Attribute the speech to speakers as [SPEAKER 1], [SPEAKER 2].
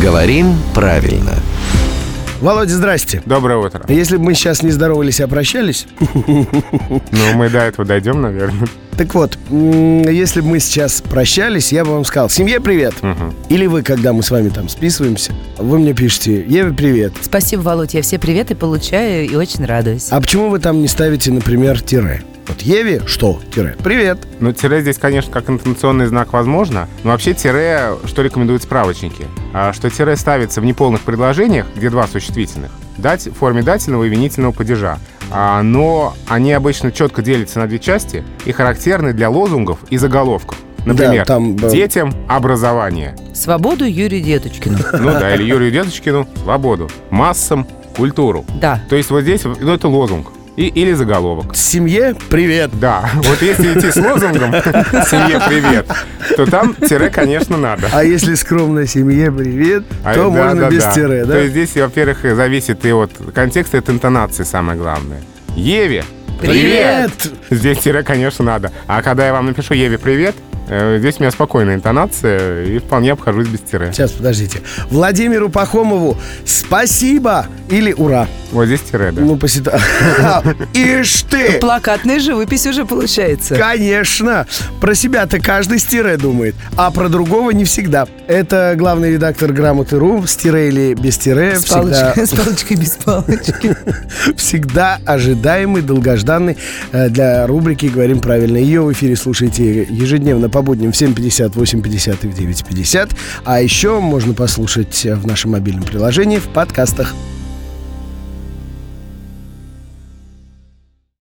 [SPEAKER 1] Говорим правильно.
[SPEAKER 2] Володя, здрасте.
[SPEAKER 3] Доброе утро.
[SPEAKER 2] Если бы мы сейчас не здоровались, а прощались,
[SPEAKER 3] Ну, мы до этого дойдем, наверное.
[SPEAKER 2] так вот, м, если бы мы сейчас прощались, я бы вам сказал, семье привет. Или вы, когда мы с вами там списываемся, вы мне пишете, Еве привет.
[SPEAKER 4] Спасибо, Володь, я все приветы получаю и очень радуюсь.
[SPEAKER 2] А почему вы там не ставите, например, тире? Вот Еве что? Тире. Привет.
[SPEAKER 3] Ну, тире здесь, конечно, как интонационный знак возможно, но вообще тире, что рекомендуют справочники, а, что тире ставится в неполных предложениях, где два существительных, дать, в форме дательного и винительного падежа. А, но они обычно четко делятся на две части и характерны для лозунгов и заголовков. Например,
[SPEAKER 2] Да, там, э,
[SPEAKER 3] детям образование.
[SPEAKER 4] Свободу Юрию Деточкину.
[SPEAKER 3] Ну да, или Юрию Деточкину свободу. Массам культуру.
[SPEAKER 4] Да.
[SPEAKER 3] То есть вот здесь ну, это лозунг и, или заголовок.
[SPEAKER 2] Семье привет.
[SPEAKER 3] Да, вот если идти с лозунгом «Семье привет», то там тире, конечно, надо.
[SPEAKER 2] А если скромно семье привет,
[SPEAKER 3] А,
[SPEAKER 2] то
[SPEAKER 3] да,
[SPEAKER 2] можно
[SPEAKER 3] да,
[SPEAKER 2] без
[SPEAKER 3] да.
[SPEAKER 2] тире, да?
[SPEAKER 3] То есть здесь, во-первых, и зависит и от контекста, и от интонации самое главное. Еве,
[SPEAKER 4] Привет!
[SPEAKER 3] Здесь тире, конечно, надо. А когда я вам напишу «Еве, привет», э, здесь у меня спокойная интонация и вполне обхожусь без тире.
[SPEAKER 2] Сейчас, подождите. Владимиру Пахомову спасибо или ура.
[SPEAKER 3] Вот здесь тире, да.
[SPEAKER 2] Ну, посита... Ишь ты!
[SPEAKER 4] Плакатная живопись уже получается.
[SPEAKER 2] Конечно. Про себя-то каждый с тире думает, а про другого не всегда. Это главный редактор «Грамоты.ру» с тире или без тире.
[SPEAKER 4] С
[SPEAKER 2] всегда,
[SPEAKER 4] палочкой, с палочкой без палочки.
[SPEAKER 2] всегда ожидаемый, долгожданный э, для рубрики «Говорим правильно». Ее в эфире слушайте ежедневно по будням в 7.50, 8.50 и в 9.50. А еще можно послушать э, в нашем мобильном приложении в подкастах.